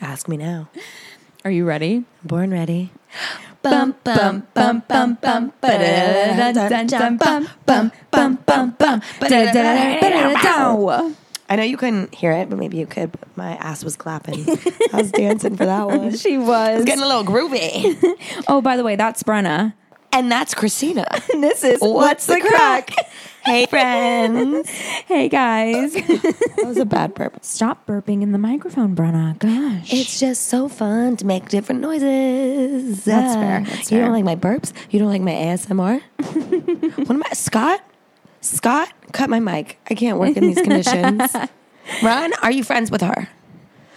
Ask me now. Are you ready? Born ready. Bum bum bum bum bum ba-da-da-dun-dun-dun, bum bum bum bum bum ba-da-da-da-da-da-da-da. I know you couldn't hear it, but maybe you could. But my ass was clapping. I was dancing for that one. It's She was. getting a little groovy. Oh, by the way, that's Brenna. And that's Christina. And this is hey, friends. Hey guys. That was a bad purpose. Stop burping in the microphone, Brenna. Gosh. It's just so fun to make different noises. Ah, That's fair. That's You fair. don't like my burps? You don't like my ASMR? what am I? Scott? Scott, cut my mic. I can't work in these conditions. Ron, are you friends with her?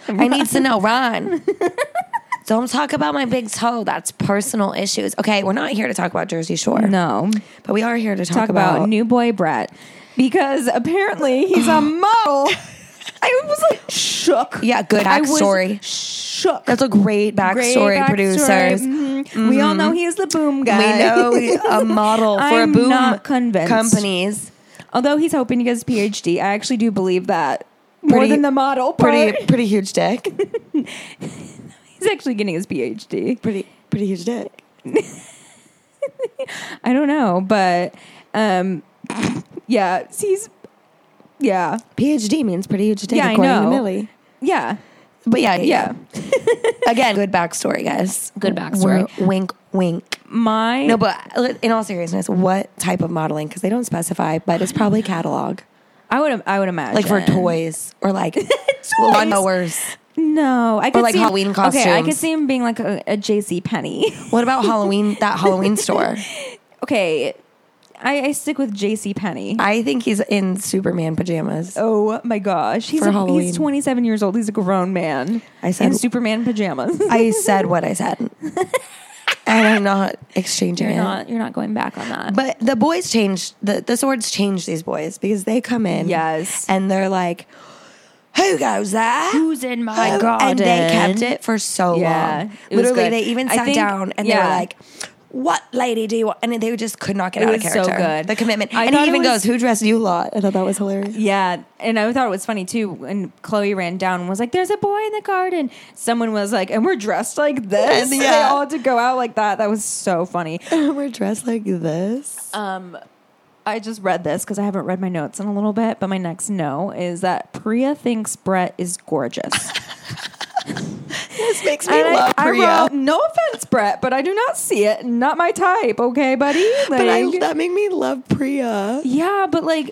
I need to know, Ron. Don't talk about my big toe. That's personal issues. Okay, we're not here to talk about Jersey Shore, no. but we are here to talk, Talk about, new boy Brett. Because apparently he's a model. I was like shook. Yeah, good I was backstory. Shook. That's a great Great backstory, backstory. producers. Mhm. We all know he is the boom guy. We know he- a model for I'm a boom not convinced. companies. Although he's hoping to get his PhD, I actually do believe that more Pretty- than the model part. Pretty pretty huge dick. He's actually getting his PhD. pretty pretty huge dick. I don't know, but um, yeah, he's yeah, PhD means pretty huge dick Yeah, I according know. to Millie. yeah, But yeah, yeah. Again, good backstory, guys. Good backstory. We're- wink wink. My No, but in all seriousness, what type of modeling? Because they don't specify, but it's probably catalog, I would I would imagine like for toys or like lawnmowers. No, I could like, see him- Halloween Okay, I costumes. could see him being like a, a J.C. Penny. What about Halloween? That Halloween store. okay, I, I stick with J.C. Penny. I think he's in Superman pajamas. Oh my gosh, he's For a, Halloween. he's 27 years old. He's a grown man. I said- in Superman pajamas. I said what I said, and I'm not exchanging you're it. not you're not going back on that. But the boys change the the swords change these boys because they come in, Yes. and they're like, "Who goes there? Who's in my Who?" And they kept it for so Yeah, long. it was Literally, good. they even I sat think- down and they yeah. were like, "What lady do you want?" And they just could not get It out of was so character. good. The commitment, I and he thought it even was- goes, "Who dressed you lot?" I thought that was hilarious. Yeah, and I thought it was funny too when Chloe ran down and was like, "There's a boy in the garden." Someone was like, "And we're dressed like this." And They yeah. all had to go out like that. That was so funny. We're dressed like this. Um, I just read this because I haven't read my notes in a little bit, but my next no is that Priya thinks Brett is gorgeous. This makes me And I, love I Priya. wrote, no offense, Brett, but I do not see it. Not my type, okay, buddy? but I, Like- that made me love Priya. Yeah, but like,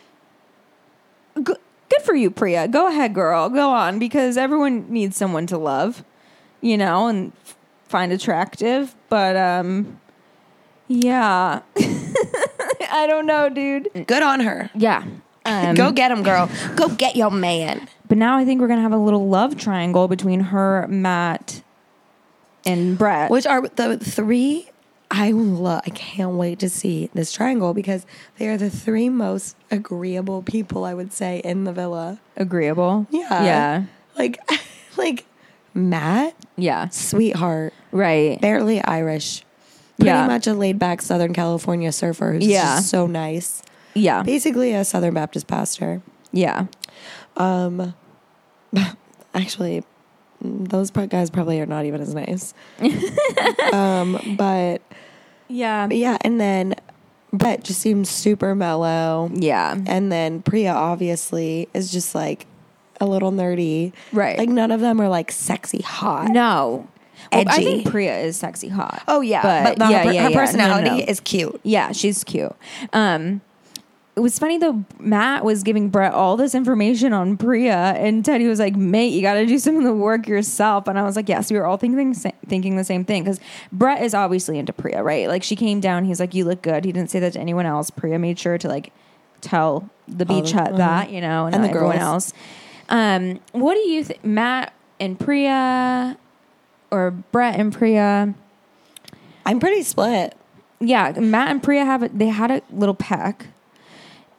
g- good for you, Priya. Go ahead, girl. Go on because everyone needs someone to love, you know, and f- find attractive. But um, yeah, I don't know, dude. Good on her. Yeah. Um, Go get him, girl. Go get your man. but now I think we're gonna have a little love triangle between her, Matt, and Brett. which are the three I love. I can't wait to see this triangle because they are the three most agreeable people I would say in the villa. Agreeable. Yeah, Yeah. Like, like Matt, Yeah. sweetheart, Right. barely Irish, pretty Yeah. much a laid back Southern California surfer who's Yeah. just so nice. Yeah. Basically, a Southern Baptist pastor. Yeah. Um, actually, those pro- guys probably are not even as nice. um, but Yeah. But yeah, and then Brett just seems super mellow. Yeah. And then Priya obviously is just like a little nerdy. Right. Like none of them are like sexy hot. No. Well, I Edgy. think Priya is sexy hot. Oh yeah. But, but, the- yeah, her, yeah, her yeah. No, personality no, no. is cute. yeah, she's cute. Um, it was funny though. Matt was giving Brett all this information on Priya, and Teddy was like, "Mate, you got to do some of the work yourself." And I was like, "Yes, we were all thinking sa- thinking the same thing." Because Brett is obviously into Priya, right? Like she came down, he's like, "You look good." He didn't say that to anyone else. Priya made sure to like tell the All the- beach hut uh-huh. that you know, and, And the everyone girls. else. Um, what do you think, Matt and Priya, or Brett and Priya? I'm pretty split. Yeah, Matt and Priya have a, they had a little pack.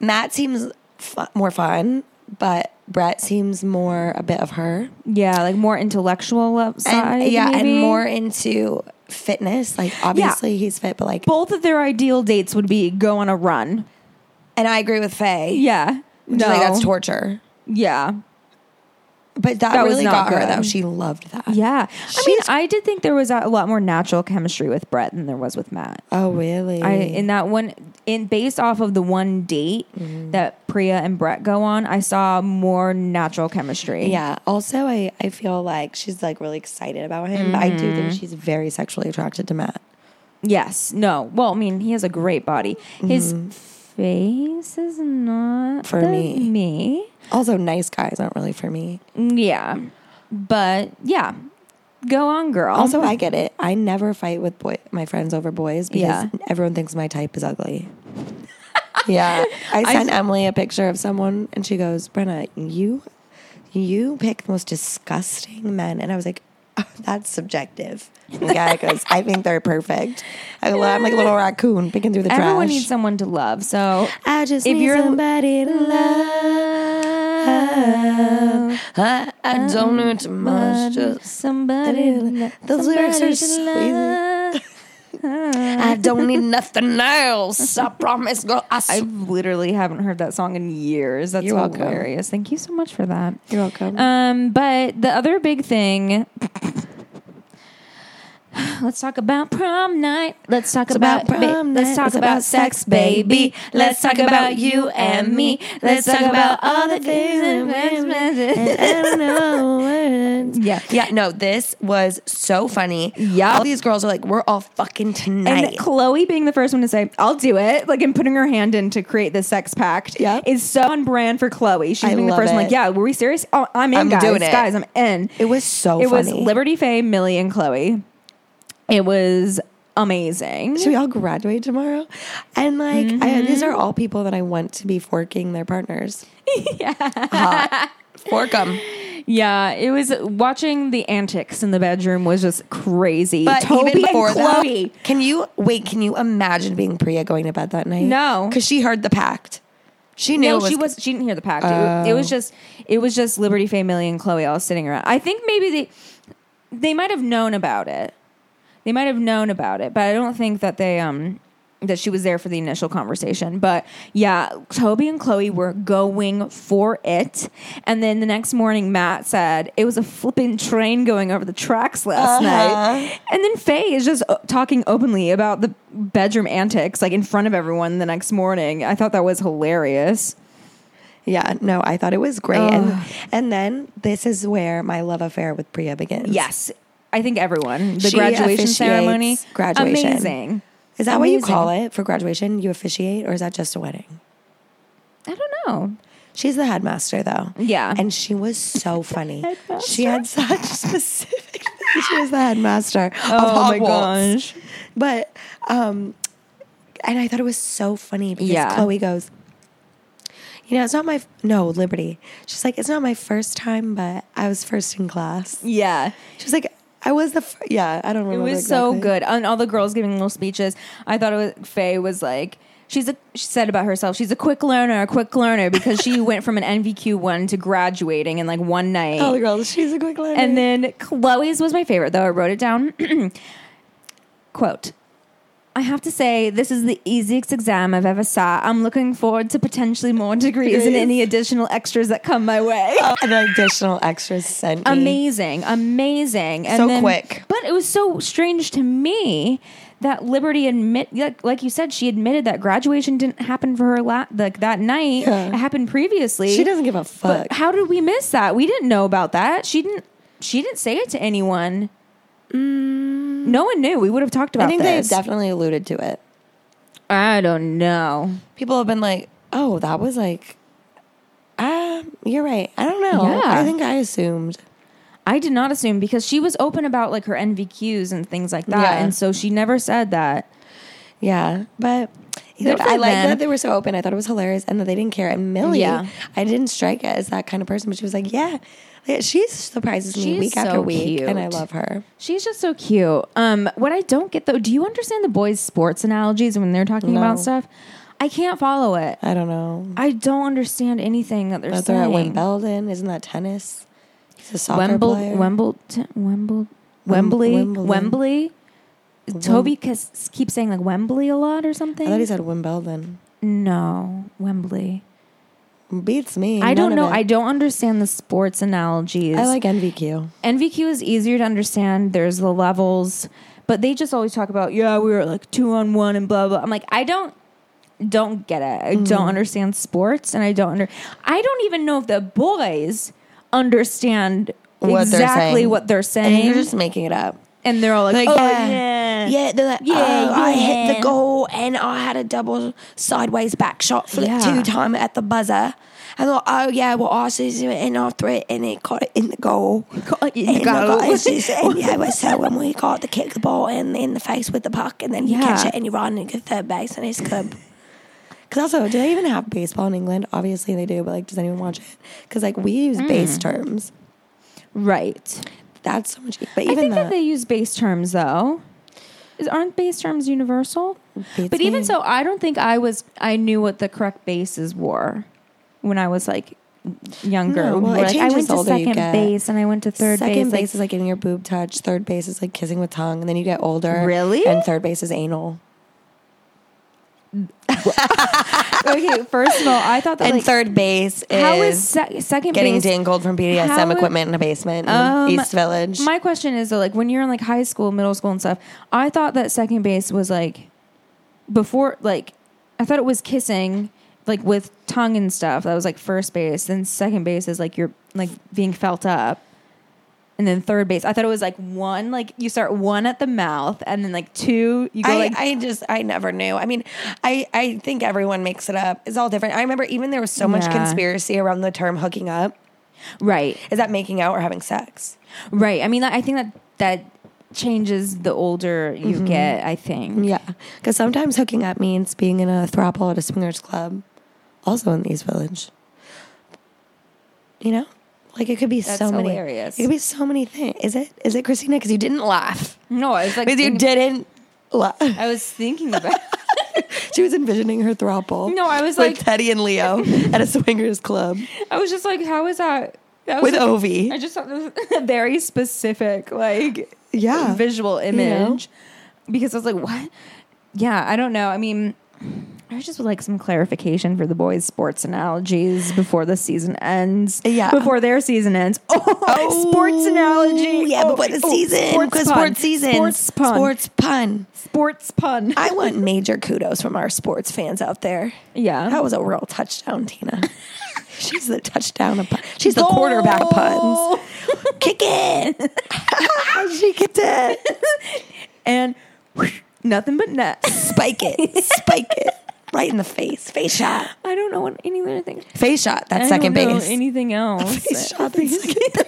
Matt seems fu- more fun, but Brett seems more a bit of her. Yeah, like more intellectual lo- side. And, yeah, maybe. and more into fitness. Like obviously he's fit, but like Both of their ideal dates would be go on a run. and I agree with Faye. Yeah, Which is, like that's torture. yeah, But that, That was really not got her good. though. She loved that. Yeah. I mean, She's- I did think there was a lot more natural chemistry with Brett than there was with Matt. Oh really? I in that one in based off of the one date Mm. that Priya and Brett go on, I saw more natural chemistry. yeah. Also, I, I feel like she's like really excited about him, but I do Mm-hmm. think she's very sexually attracted to Matt. Yes. No. Well, I mean, he has a great body. His face is not Mm-hmm. For the me. Me. Also, nice guys aren't really for me. Yeah. But yeah. Go on, girl. Also, I get it. I never fight with boy my friends over boys because Yeah. everyone thinks my type is ugly. yeah, I I sent s- Emily a picture of someone, and she goes, "Brenna, you you pick the most disgusting men," and I was like. "Oh, that's subjective. And the guy goes, I think they're perfect. I go, I'm like a little raccoon picking through the everyone trash. needs someone to love. So I just If need you're- somebody to love. I, I don't need much. Just somebody. Those lyrics are sleazy. I don't need nothing else. I promise, girl. I I sw- literally haven't heard that song in years. That's You're welcome. hilarious. Thank you so much for that. You're welcome. Um, but the other big thing. Let's talk about prom night. Let's talk It's about, about ba- prom let's night. talk It's about, about sex, sex, baby. baby. Let's talk about you and me. Let's talk about all the things that makes I don't know words. Yeah. Yeah, no, this was so funny. Yeah. All these girls are like, we're all fucking tonight. And Chloe being the first one to say, I'll do it, like, and putting her hand in to create the sex pact Yeah. is so on brand for Chloe. She's I being the love first one, it. like, yeah, were we serious? Oh, I'm in, I'm guys. doing it. Guys, I'm in. it was so it was funny. Liberty Faye, Millie, and Chloe. It was amazing. Should we all graduate tomorrow? And like, I, these are all people that I want to be forking their partners. yeah. Fork them. Yeah, it was watching the antics in the bedroom was just crazy. But Toby even before and Chloe. that, can you wait? Can you imagine being Priya going to bed that night? No. because she heard the pact. She knew. No, it she was. She didn't hear the pact. It wa- It, Oh. was just. It was just Liberty, Faye, Millie, and Chloe all sitting around. I think maybe they, they might have known about it. They might have known about it, but I don't think that they um that she was there for the initial conversation. But yeah, Toby and Chloe were going for it, and then the next morning, Matt said it was a flipping train going over the tracks Uh-huh. last night, and then Faye is just uh, talking openly about the bedroom antics like in front of everyone the next morning. I thought that was hilarious. Yeah, no, I thought it was great. Ugh. And, and then this is where my love affair with Priya begins. Yes. I think everyone. The She graduation officiates ceremony. graduation. Amazing. Is that what you Amazing. call it for graduation? You officiate, or is that just a wedding? I don't know. She's the headmaster, though. Yeah. And she was so funny. She had such specific. she was the headmaster. Oh my of Hogwarts. gosh. But um and I thought it was so funny because Yeah. Chloe goes, You know, it's not my f- no, Liberty. She's like, It's not my first time, but I was first in class. Yeah. She's like, I was the fir-. yeah, I don't It remember. was so exactly. good. And all the girls giving little speeches. I thought it was Faye was like she's a she said about herself, she's a quick learner, a quick learner because she went from an NVQ one to graduating in like one night. Oh the girl, she's a quick learner. And then Chloe's was my favorite, though. I wrote it down. Quote. I have to say, this is the easiest exam I've ever sat. I'm looking forward to potentially more degrees and Degrees. any additional extras that come my way. Oh, and an additional extras sent me. Amazing, amazing, and So then- quick. But it was so strange to me that Liberty admit, like, like you said, she admitted that graduation didn't happen for her la- like that night. Yeah. It happened previously. She doesn't give a fuck. But how did we miss that? We didn't know about that. She didn't. She didn't say it to anyone. no one knew. We would have talked about Mm. I think this. they definitely alluded to it. I don't know. People have been like, Oh, that was like um, you're right. I don't know. Yeah. I think I assumed. I did not assume because she was open about like her NVQs and things like that, Yeah. and so she never said that. Yeah, but either Good for I like them. that they were so open. I thought it was hilarious, and that they didn't care. And Millie, Yeah. I didn't strike it as that kind of person, but she was like, "Yeah, yeah she surprises me She's week so after week, and I cute. love her." She's just so cute. Um, what I don't get though, do you understand the boys' sports analogies when they're talking about No. stuff? I can't follow it. I don't know. I don't understand anything that they're That's saying. at Wimbledon, isn't that tennis? He's a soccer Wemble, player. Wembleton, Wemble, Wem- Wembley, Wimbledon. Wembley. Toby kes- keeps saying like Wembley a lot or something. I thought he said Wimbledon. no, Wembley. Beats me. I don't None know. of I it. don't understand the sports analogies. I like NVQ. NVQ is easier to understand. There's the levels, but they just always talk about yeah, we were like two on one and blah blah. I'm like, I don't don't get it. I Mm-hmm. don't understand sports, and I don't under. I don't even know if the boys understand What they're exactly saying. what they're And saying, you're just making it up. and they're all like, Like, oh yeah. yeah, Yeah, they're like, Yeah, oh, I hit yeah. the goal and I had a double sideways back shot flip Yeah. two time at the buzzer. And they're like, oh, yeah, well, I see it and I threw it and it caught it in the goal. Got it in the And I goal. got assist and yeah, well, so when we got to kick the ball and in the face with the puck and then you catch Yeah. it and you run and you get third base and it's good. Because also, do they even have baseball in England? Obviously they do, but like, does anyone watch it? Because like, we use base terms. right. That's so much. e-, But I even think that, that they use base terms though. Is, aren't base terms universal? beats But even me. so, I don't think I was. I knew what the correct bases were when I was like younger. No, well, it Like, I changes went the to older you second get. base and I went to third Second base. like- is like getting your boob touch. Third base is like kissing with tongue, and then you get older. Really? And third base is anal. okay, first of all, I thought that And like third base is, how is sec- second getting base? dangled from BDSM how is- equipment in a basement in Um, East Village. My question is though, like when you're in like high school, middle school, and stuff. I thought that second base was like before, like I thought it was kissing. Like with tongue and stuff, that was like first base. Then second base is like you're like being felt up, and then third base. I thought it was like one, like you start one at the mouth, and then like two, you go I, like I just I never knew. I mean, I I think everyone makes it up. It's all different. I remember even there was so much Yeah. conspiracy around the term hooking up. right, Is that making out or having sex? right. I mean, I think that that changes the older you Mm-hmm. get. I think. Yeah, because sometimes hooking up means being in a throuple at a swingers club, also in the East Village. You know, like it could be That's so many. hilarious. It could be so many things. Is it? Is it Christina? Because you didn't laugh. No, I was like, Because you thinking- didn't. laugh. I was thinking about. She was envisioning her throuple. No, I was with like- Teddy and Leo at a swingers club I was just like, how is that? I was with like- I Ovi. just thought this was a very specific, like, Yeah. visual know? image because I was like, what? Yeah, I don't know. I mean, I just would like some clarification for the boys' sports analogies before the season ends. Uh, Yeah. before their season ends. Oh, Oh, sports analogy. Yeah, Oh, but what a oh, season. sports Because pun. sports season. Sports pun. Sports pun. Sports pun. I want major kudos from our sports fans out there. yeah, That was a real touchdown, Tina. She's the touchdown. Of pun- She's the quarterback of puns. Kick it. she kicked it. and nothing but nets. Spike it. Spike it. Right in the face. Face shot. I don't know what any other thing. Face shot. That I second don't know base. Anything else? face shot. That second.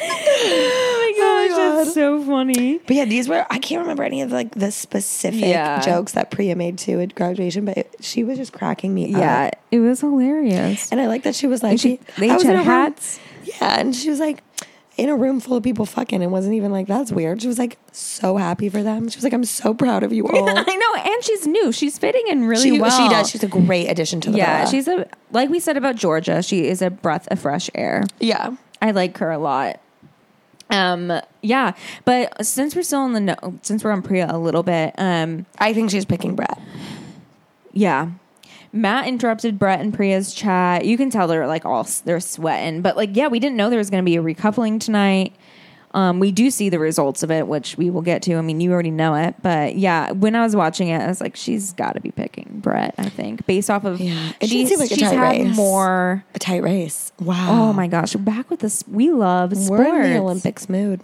Oh my my gosh, that's so funny. But yeah, these were. I can't remember any of like the specific Yeah. jokes that Priya made too at graduation. But it, she was just cracking me up. Yeah, it was hilarious. And I like that she was like, And she- they I each was in had a room- hats. yeah, and she was like, in a room full of people fucking, and wasn't even like, that's weird. She was like, so happy for them. She was like, I'm so proud of you all. I know, and she's new. She's fitting in really she, well. she does. She's a great addition to the yeah, villa. she's a like we said about Georgia. She is a breath of fresh air. yeah. I like her a lot. Um, yeah, but since we're still on the no, since we're on Priya a little bit, um, I think she's picking Brett. Yeah. Matt interrupted Brett and Priya's chat. You can tell they're like all they're sweating, but like yeah, we didn't know there was going to be a recoupling tonight. Um, we do see the results of it, which we will get to. I mean, you already know it, but yeah, when I was watching it, I was like, she's got to be picking Brett. I think based off of Yeah. It didn't she's, seem like a she's tight had race. more. A tight race. Wow. Oh my gosh, we're back with this. We love sports. We're in the Olympics mood.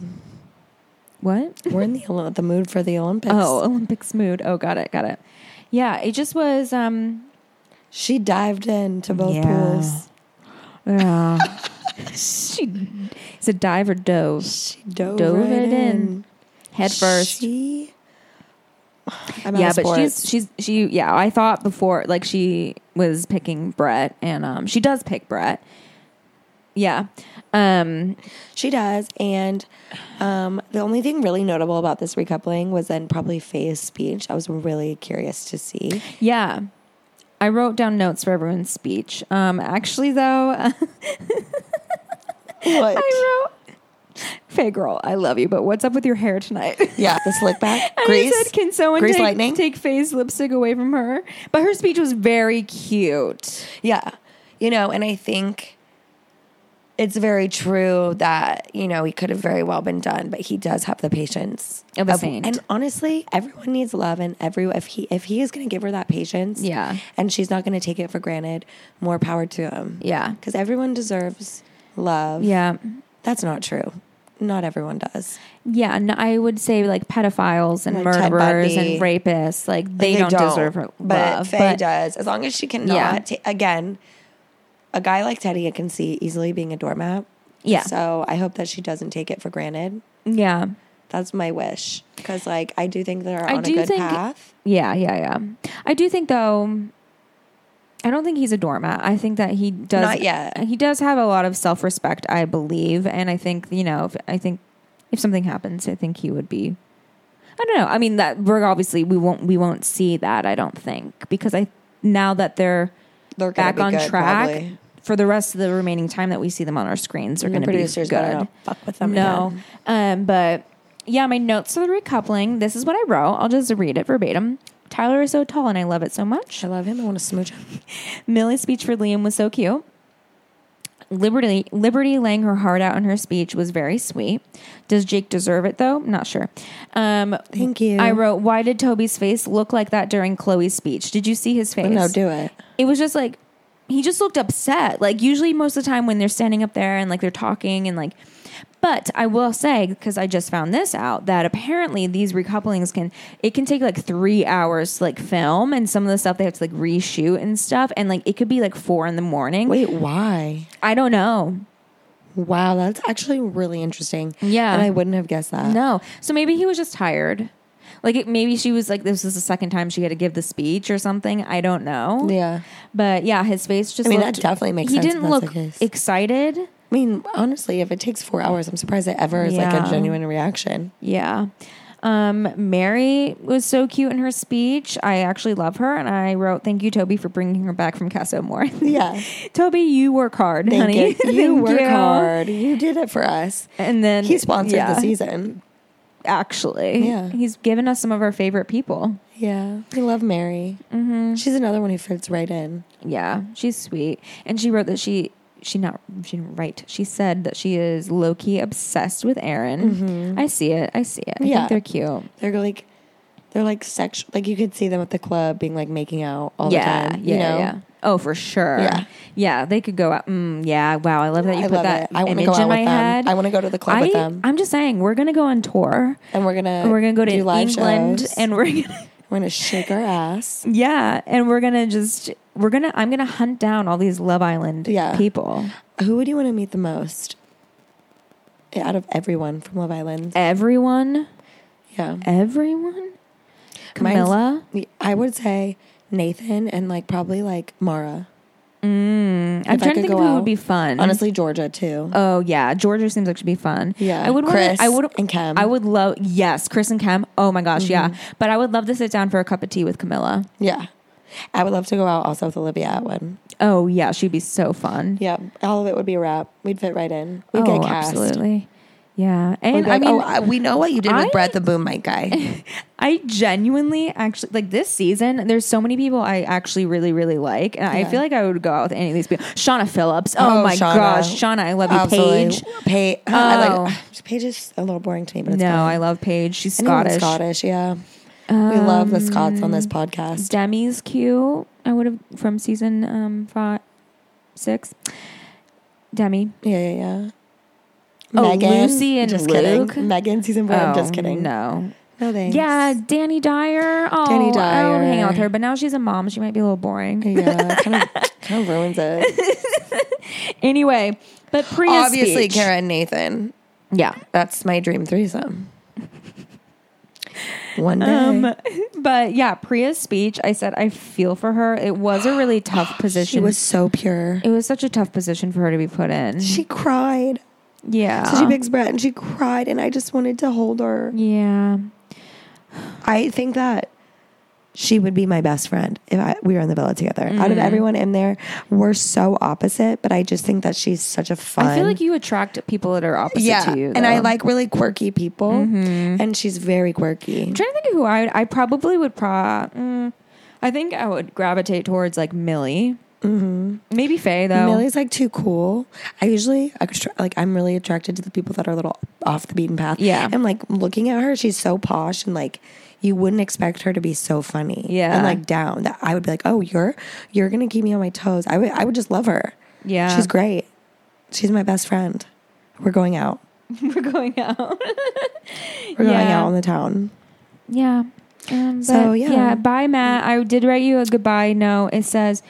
What? We're in the Oli- the mood for the Olympics. Oh, Olympics mood. Oh, got it, got it. Yeah, it just was. Um, She dived into both Yeah. pools. yeah. she is it dive or dove? She dove, Dove right it in. in. head first. She. I'm out yeah, of but she's sports. she's she yeah, I thought before like she was picking Brett and um she does pick Brett. Yeah. Um She does. And um, the only thing really notable about this recoupling was then probably Faye's speech. I was really curious to see. yeah. I wrote down notes for everyone's speech. Um actually though, What? I wrote Faye girl, I love you, but what's up with your hair tonight? yeah, the slick back. And Grease. I said, can someone Grease take, lightning? take Faye's lipstick away from her? But her speech was very cute. yeah. you know, and I think it's very true that, you know, he could have very well been done, but he does have the patience Of a saint. And honestly, everyone needs love and every if he if he is going to give her that patience, Yeah. and she's not going to take it for granted, more power to him. Yeah. Cuz everyone deserves love. Yeah. That's not true. Not everyone does. Yeah. No, I would say like pedophiles and Like Ted murderers Bundy. and rapists, like they, don't, deserve her but love. Faye but does. As long as she cannot. Yeah. ta- again, a guy like Teddy can see easily being a doormat. Yeah. So I hope that she doesn't take it for granted. yeah. That's my wish because, like, I do think they're I on do a good think- path. Yeah. Yeah. Yeah. I do think though. I don't think he's a doormat. I think that he does. Not yet. He does have a lot of self respect, I believe, and I think you know. If, I think if something happens, I think he would be. I don't know. I mean, that we're obviously we won't we won't see that. I don't think because I now that they're They're gonna back be on good, track probably. for the rest of the remaining time that we see them on our screens. They're The going to be producers better good. not fuck with them. No, again. um, but yeah, my notes for the recoupling. This is what I wrote. I'll just read it verbatim. Tyler is so tall, and I love it so much. I love him. I want to smooch him. Millie's speech for Liam was so cute. Liberty, Liberty laying her heart out in her speech was very sweet. Does Jake deserve it though? Not sure. Um, Thank you. I wrote, why did Toby's face look like that during Chloe's speech? Did you see his face? No, do it. it was just like he just looked upset. Like usually most of the time when they're standing up there and like they're talking and like but I will say because I just found this out that apparently these recouplings can it can take like 3 hours to like film and some of the stuff they have to like reshoot and stuff and like it could be like 4 in the morning. Wait, why? I don't know. Wow, that's actually really interesting. Yeah. And I wouldn't have guessed that. No. So maybe he was just tired. Like it, maybe she was like this is the second time she had to give the speech or something. I don't know. Yeah. But yeah, his face just I mean, that looked- definitely makes He sense if didn't that's the look case. excited. I mean, honestly, if it takes four hours, I'm surprised it ever is like Yeah. a genuine reaction. Yeah. Um, Mary was so cute in her speech. I actually love her. And I wrote, Thank you, Toby, for bringing her back from Casa Amor. Yeah. Toby, you work hard, Thank honey. you. You Thank work you. hard. You did it for us. And then He sponsored yeah, the season. Actually, Yeah. he's given us some of our favorite people. Yeah. We love Mary. Mm-hmm. She's another one who fits right in. Yeah, she's sweet. And she wrote that she she not she didn't write. She said that she is low key obsessed with Aaron. I see it. I see it. I Mm-hmm. Yeah. think they're cute. They're like, they're like sexual. Like you could see them at the club being like making out all yeah, the time. Yeah, you know? yeah. Oh, for sure. Yeah. yeah. They could go out. Mm, yeah. Wow. I love that you I put love it. that I want to image go in out my with head. them. I want to go to the club with I- them. I'm just saying, we're gonna go on tour. and we're gonna And we're gonna go to do live England, shows. and we're gonna we're gonna shake our ass. yeah, and we're gonna just we're gonna I'm gonna hunt down all these Love Island Yeah. people. Who would you want to meet the most? Out of everyone from Love Island. Everyone, Yeah. everyone. Mine's- Camilla. I would say Nathan and like probably like Mara. I'm if I trying to could think of go who would out, be fun. Honestly, Georgia too. Oh yeah, Georgia seems like she'd be fun. Yeah, I would. Chris wanna, I would. and Kem. I would love. Yes, Chris and Cam. Oh my gosh, yeah. Mm-hmm. But I would love to sit down for a cup of tea with Camilla. yeah. I would love to go out also with Olivia Atwood. Oh yeah, she'd be so fun. Yeah. All of it would be a wrap. We'd fit right in. We'd oh, get cast. absolutely. Yeah, We'd and be I like, mean, oh, I- we know what you did I- with Brett the Boom Mic guy. I genuinely actually like this season. There's so many people I actually really really like, and I Yeah. feel like I would go out with any of these people. Shauna Phillips. Oh, my Shauna. gosh, Shauna, I love you. Absolutely. Paige. Paige. I Oh. like, Paige is a little boring to me, but No, it's fine. I love Paige. She's Anyone Scottish. Scottish, yeah. we love the Scots on this podcast. Demi's cute. I would have from season um five, six. Demi. Yeah, yeah, yeah. Oh, Lucy and just Luke? kidding. Megan season four. I'm just Oh, kidding. No. no thanks. Yeah, Danny Dyer. Oh, Danny I would hang out with Dyer. her, but now she's a mom. She might be a little boring. Yeah, kind of, kind of ruins it. Anyway, but Priya Obviously, speech. Kara and Nathan. Yeah. That's my dream threesome. One day. Um, but yeah, Priya's speech. I said I feel for her. It was a really tough she position. was so pure. It was such a tough position for her to be put in. She cried. yeah. So she picks Brett and she cried, and I just wanted to hold her. yeah. I think that she would be my best friend if I, we were in the villa together. Out Mm-hmm. of everyone in there, we're so opposite, but I just think that she's such a fun. I feel like you attract people that are opposite yeah, to you. and I though. Mm-hmm. like really quirky people, and she's very quirky. I'm trying to think of who I would. I probably would. Pro. mm, I think I would gravitate towards like Millie. Maybe Faye though. Millie's like too cool. I usually I could tr- like I'm really attracted to the people that are a little off the beaten path. Yeah. I'm like looking at her, she's so posh and like you wouldn't expect her to be so funny. Yeah. And like down. That I would be like, Oh, you're you're gonna keep me on my toes. I would I would just love her. Yeah. She's great. She's my best friend. We're going out. We're going out. We're going Yeah. out in the town. yeah. Um, but So, yeah. yeah. Bye, Matt. I did write you a goodbye note. It says,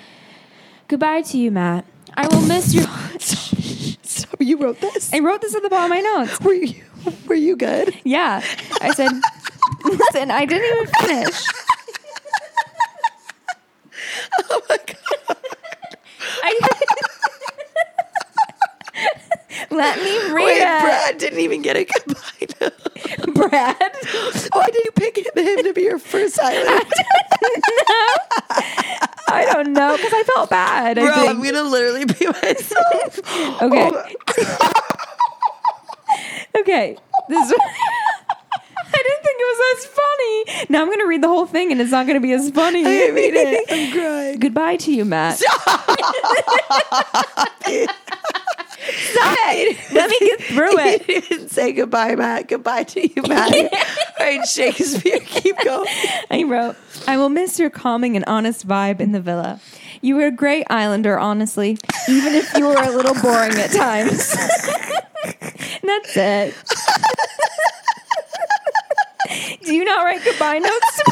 "Goodbye to you, Matt. I will miss your." So you wrote this? I wrote this at the bottom of my notes. Were you were you good? Yeah. I said, listen, I didn't even finish. Oh my god. I Let me read Wait, it. Brad didn't even get a goodbye. Brad. Why did you pick him to be your first silent? I don't know because I felt bad. Bro, I think. I'm gonna literally be myself. Oh, Okay. okay. This I didn't think it was as funny. Now I'm going to read the whole thing and it's not going to be as funny. I mean it. I'm crying. Goodbye to you, Matt. Stop it. Let me get through You it. didn't say goodbye, Matt. Goodbye to you, Matt. All right, Shakespeare, keep going. I wrote, I will miss your calming and honest vibe in the villa. You were a great islander, honestly, even if you were a little boring at times. And That's it. Do you not write goodbye notes to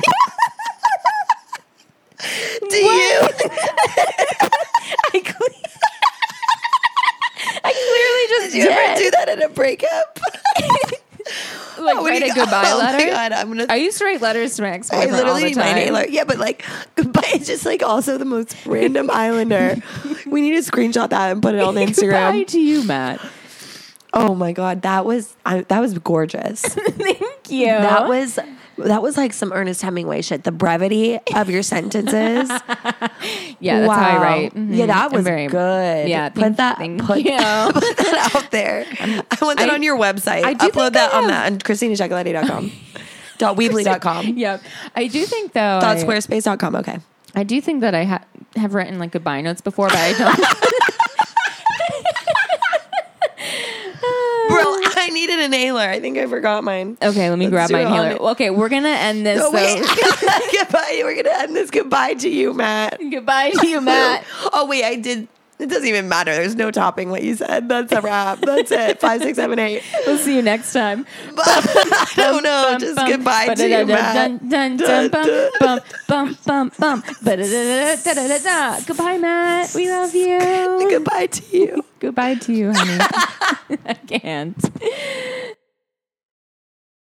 people? Do you? I, cle- I clearly just Do you ever did. do that in a breakup? like What do write you- a goodbye oh letter. My God, I'm gonna. I used to write letters to my ex I boyfriend all literally the need my name. time. Like, yeah, but like goodbye is just like also the most random islander. we need to screenshot that and put it on Instagram. Goodbye to you, Matt. Oh my god, that was I, that was gorgeous. Thank you. that was that was like some Ernest Hemingway shit. The brevity of your sentences. yeah. That's how I Wow. write. Yeah, Mhm. that I'm was very- good. Yeah, put thank- that thank put, you. put that out there. I want that I- on your website. I do Upload think that I on that have- on ChristinaChicoletti.com. dot Weebly.com. Yep. I do think though. Dot I, Squarespace.com. Okay. I do think that I ha- have written like goodbye notes before, but I don't. Bro, I needed an inhaler. I think I forgot mine. okay, let me Let's grab do my it on inhaler. it. Okay, we're gonna end this. Oh, wait. so- goodbye. We're going to end this goodbye to you, Matt. goodbye to you, Matt. Oh wait, I did. It doesn't even matter. There's no topping what you said. That's a wrap. That's it. Five, six, seven, eight. we'll see you next time. But I don't know. Just goodbye to you, Matt. Matt. Goodbye, Matt. We love you. Goodbye to you. Goodbye to you, honey. I can't.